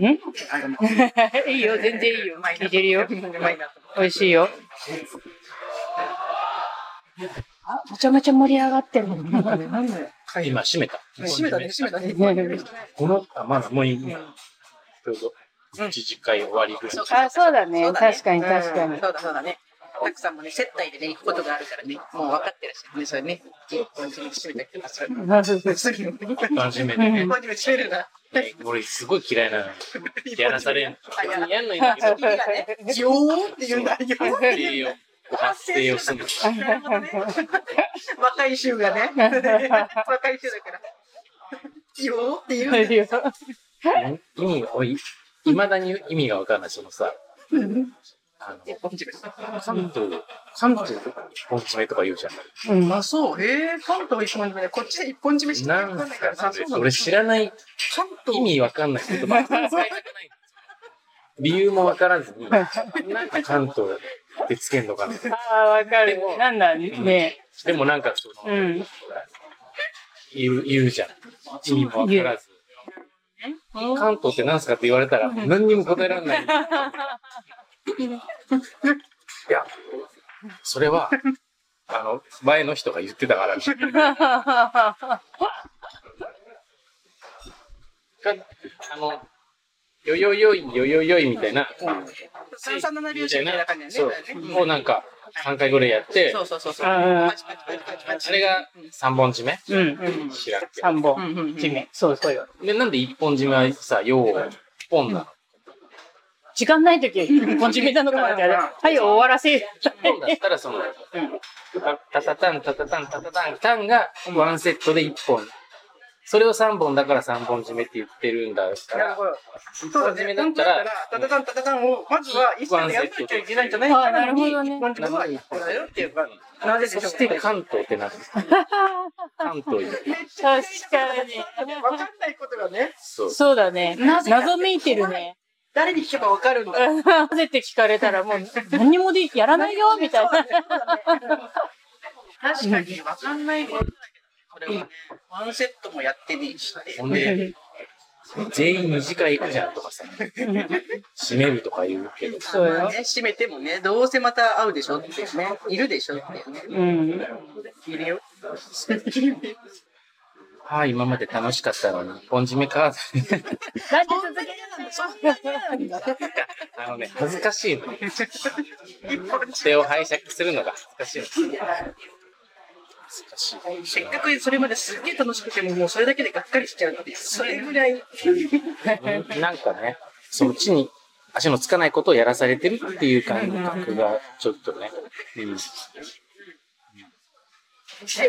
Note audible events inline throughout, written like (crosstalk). んいいよ、全然いいよ。聞いいてるよ美味しいよ。あ、めちゃめちゃ盛り上がってる。今、閉めた。閉めたね、閉めたね。この、あ、まだもう今、ちょうど、1次会終わりぐらい。あ、そうだそね。うだね確かに確かうにん。そうだそうだね。たくさんもね、接待でね、行くことがあるからね、もう分かってらっしゃるね、それね。感じに閉めたりとかする。すぐに。楽しめてね。初め閉めるな。え俺、すごい嫌いなのに。やらされん。あやらやんのいいんだけど、ジョーって言うんだよ。 (laughs) っていうよ。ご発声をするの。なるほどね若い衆がね。若い衆だから。ジョーって言うんだよ。意味が、おい、いまだに意味がわかんない、そのさ、あの、一本締め関東、関東一本締めとか言うじゃん。うんまあそう、えー、関東一本締めね。こっちで一本締めしてなんわかんないすかからさ、それそうなんだ俺知らない、関意東味わかんない言葉、使いたくない。理由もわからずに、なんか関東ってつけんのかな。 (laughs) ああ、わかる。なんだね。でもなんかその、うん。言う、言うじゃん。意味もわからず。関東って何すかって言われたら、何にも答えられ (laughs) ない。いや、それは、あの、前の人が言ってたから、あの、よよよい、よよよいみたいな、三三七拍子みたいな感じだそようね。だよねをなんか、3回ぐらいやってそ、うそうそうそう。あパチパチパチパチパチ。あれが3本締めうん。うん、知らんけ三う本。んうんうん地面。そうそうよ。ど。で、なんで1本締めはさ、よう、1本なの時間ないとき、こっち見たのかなってあれ。はい、終わらせ。 1本だったらその、タタタン、タタタン、タタタン、タンがワンセットで1本。それを3本だから3本締めって言ってるんだから、1そ本うだ締ね。めだっだったたらら、、タタタンタタタンを、まずは一切やらなきゃいけないんじゃないかあなるほどね一本ってことは一本だよっていうか、なぜでしょそうして関東って何ですか関東行って。確かに。わかんないことがね、そう。そうだね。謎めいてるね。誰に聞けばわかるんだ。なぜって聞かれたらもう何にもでやらないよみたいな。確かに、わかんないことだけど、これはね、ワンセットもやってねえし。ほんで、全員2次会行くじゃんとかさ、締めるとか言うけど、そうよまあね、閉めてもね、どうせまた会うでしょっていうね、いるでしょっていうね、うん。いるよ。はあ、今まで楽しかったのに、本締めか。なんでそん続なけにる嫌なんだ、そんなに嫌なんだ。あのね、恥ずかしいの。一本それを拝借するのが恥ずかしいの。恥ずかしい。せっかくそれまですっげえ楽しくても、もうそれだけでがっかりしちゃうっていう、それぐらい。うんなんかね、そっちに足のつかないことをやらされてるっていう感覚がちょっとね。うん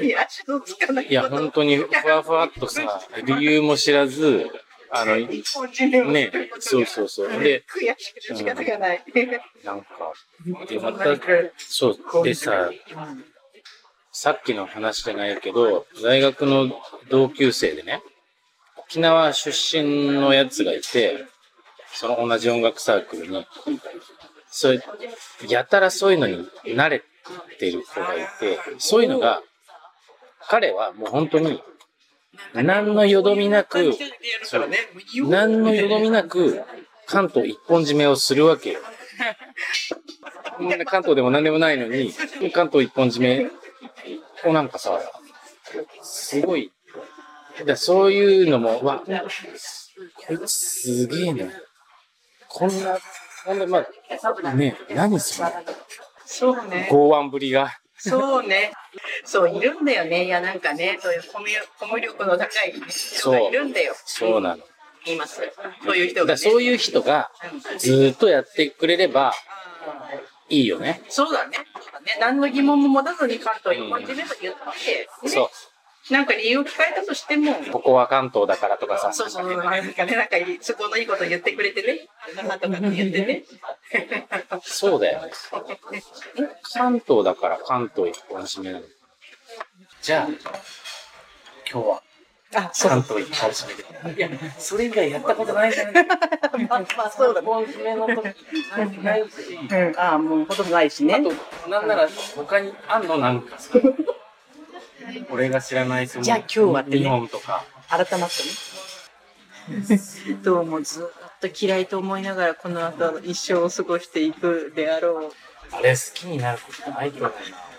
いや、足のつかないいや、本当にふわふわっとさ、理由も知らず、あの、ね、本人でもそうそうそう。で、悔しくて仕方がない。なんか、で、また、そう、でさ、さっきの話じゃないけど、大学の同級生でね、沖縄出身のやつがいて、その同じ音楽サークルに、それ、やたらそういうのに慣れてる子がいて、そういうのが、彼はもう本当に、何のよどみなく、そうね。何のよどみなく、関東一本締めをするわけよ。みんな関東でも何でもないのに、関東一本締めをなんかさ、すごい、だからそういうのも、わ、こいつすげえな。こんな、こんな、まあ、ねえ何そのそうね。剛腕ぶりが。そうね。そう、いるんだよね。いや、なんかね、そういうコミュコミュ力の高い人がいるんだよ。そうなの。います。そういうだ人かが、らね。そういう人がずーっとやってくれればいいよね。そうだね。そうだね。何の疑問も持たずに関東一本締めと言って、ねそう。なんか理由を聞かれたとしても、ここは関東だからとかさ。そうそう、なんかね、なんかいい都合のいいこと言ってくれてね、なんとかって言ってね。そうだよね。関東だから関東一本締めなの。じゃあ、今日はあ、関東一本締めで。いや、それ以外やったことないじゃない。まあ、まあ、そうだ一本締めの時ないうし。ん、ああ、もうほとんどないしあね。と、なんなら他にあんのなんか。俺が知らないそのじゃあ今日はってね日本とか。改まってね。どうもずーっと嫌いと思いながらこの後一生を過ごしていくであろう。あれ好きになることないと思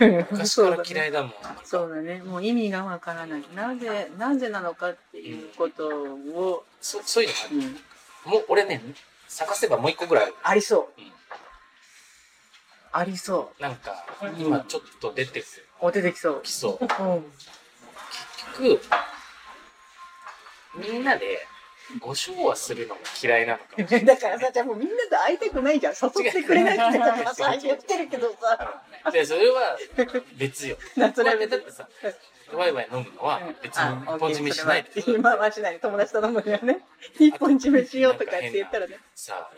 うな。昔から嫌いだもん。そうだね。もう意味がわからない。なぜ、なぜなのかっていうことを、そそういうのあるうん、もう俺ね、探せばもう一個ぐらいある。。ありそううんありそなんか、今ちょっと出てう。お出てきそう。きそう。うん。 (laughs) 結局、みんなで、ご唱和するのが嫌いなのかもしれなだい。からさ、じゃあもうみんなと会いたくないじゃん。誘ってくれないってさ、さ、言ってるけどさ。で、それは (laughs) 別よ。夏だっラてブだってさ、ワイワイ飲むのは別に一本締めしないで。今はしないで友達と飲むにはね。一本締めしようとかって言ったらね。さ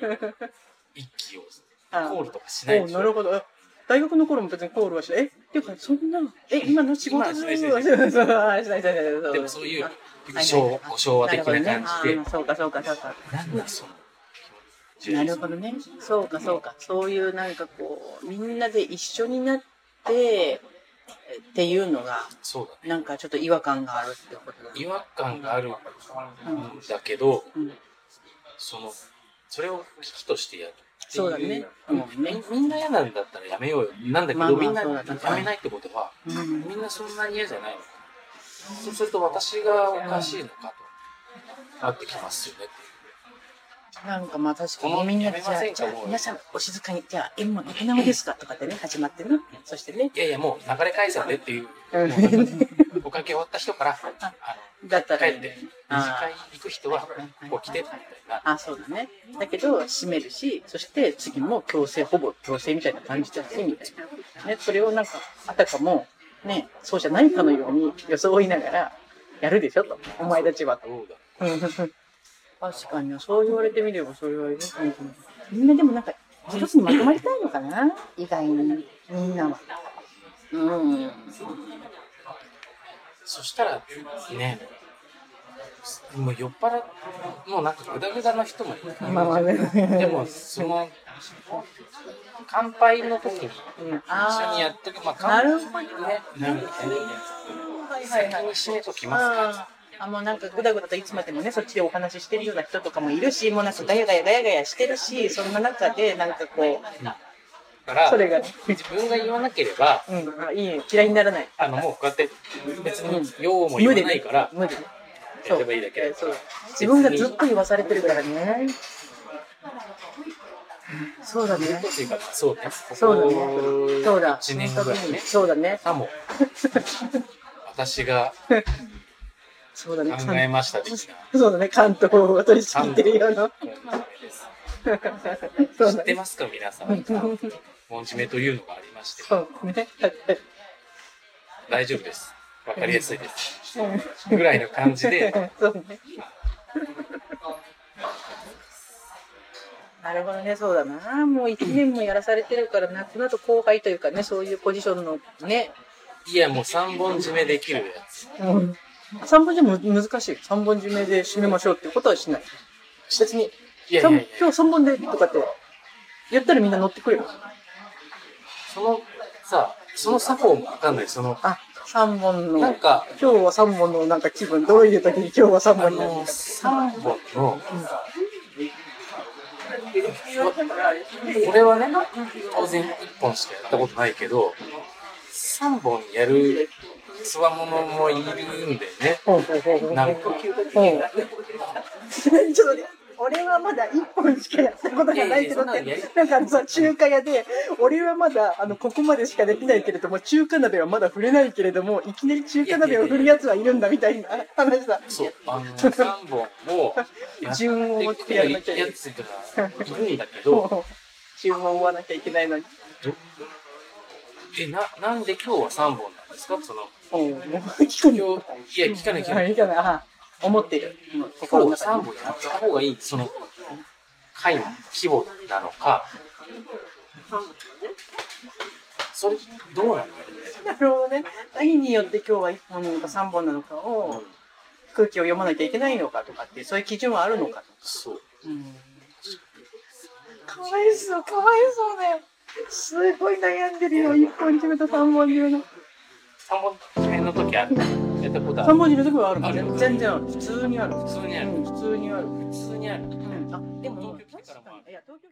(laughs) 一気をあコールとかしなおいでうしなるょ。ほど。大学の頃も別にコールはしない。え、っていうか、そんな、え、今の仕事今はしないしそう (laughs) そうそうあしないしないしないでもそういうあ昭ご昭和的な感じで、なるほどねあーそうかそうかそうか。なんだその気持ちなるほどね。そうかそうか。そういうなんかこう、みんなで一緒になって、っていうのが、そうだね。なんかちょっと違和感があるってことだね。違和感があるんだけど、うんその、それを危機としてやる。そうだね。もうね。みみんな嫌なんだったらやめようよ。なんだけど、まあまあみんなそうだねやめないってことは、うんみんなそんなに嫌じゃないのかなそうすると私がおかしいのかとなってきますよね。なんかまあ確かこのにみんなでやじめまゃあせんかじゃあもう皆さんお静かに、じゃあ縁もなくなもですかとかってね、始まってね。そしてね。いやいや、もう流れ解散でっていう、おかけ終わった人から、あ (laughs) だったの、帰らいいっね、て、二次あ会行く人は、こう来て、みたいな。あ、そうだね。だけど、閉めるし、そして次も強制、ほぼ強制みたいな感じだし、みたいな。ね、それをなんか、あたかも、ね、そうじゃないかのように装いながら、やるでしょと。お前たちは。どうだうん確かになそう言われてみればそれはね、みんなでもなんか一つにまとまりたいのかな意外にみんなはうんそしたら、ね、もう酔っ払っ、もうなんかグダグダな人もいる。まあまあねでも、その、乾杯の時に、一緒にやっとく。まあ、な乾杯るほどねなるほどねはいはいは先いに締めときますか。あーあもうなんかぐだぐだといつまでもねそっちでお話ししてるような人とかもいるしもうなんかガヤガヤガヤガヤしてるしそんな中でなんかこうだから、それがね自分が言わなければ、うんあいいよ嫌いにならないあの、もうこうやって、別に、ようも言わないから、無理やればいいだけだそう自分がずっと言わされてるからねそうだねっていうか、そうね。そうだねこそうこだ1年ぐらいね。そうだねさも、私がそうだ考ねえました的な。 (laughs) そうだね関東を取り仕切ってるようなそうだ知ってねますか皆さん。モンチメというのがありまして、そうね大丈夫です。わかりやすいです。ぐらいの感じで、そうねなるほどね、そうだな。もう一年もやらされてるから、なくなると後輩というかね、そういうポジションのね、いや、もう3本締めできるやつ。うん、三本締めむ難しい。三本締めで締めましょうってことはしない。別に、いやいや三いや今日三本でとかって、やったらみんな乗ってくれる。そのさ、その作法もわかんない。その、あ、三本の。なんか、今日は三本のなんか気分、どういう時に今日は三 (laughs) あ本になるの、のか。 3本の、これはね、当然1本しかやったことないけど、3本やるつわものもいるんでね。ほうほうほうほうなんか、ちょっとね、俺はまだ一本しかやったことがないけどいやいやねそん、なんかさ、中華屋で、俺はまだ、あの、ここまでしかできないけれども、中華鍋はまだ触れないけれども、いきなり中華鍋を振るやつはいるんだみたいな話だ。そう、あの、3本をやって順を追ってやらなきゃいけないやつがいるんだけど、 (laughs) 注文を追わなきゃいけないのに。え、な、なんで今日は3本なんですかその、うん、聞くよ。今日、いや、聞かない聞かない。いいかなあ思ってる。今心日の中は3に。本やった方がいい、その、回の規模なのか、それ、どうなのなるほどね。何によって今日は1本なのか3本なのかを、空気を読まなきゃいけないのかとかって、そういう基準はあるのかと。そう。かわいそう、かわいそうだよ。すごい悩んでるよ。1本決めた3本決めの。 3本決めの時ある。やったことあ3る。文字のとこはあるあるの全然ある。普通にある。普通にある。うん普通にある。普通にある。うん。あ、でも東京来てからもあるいや東京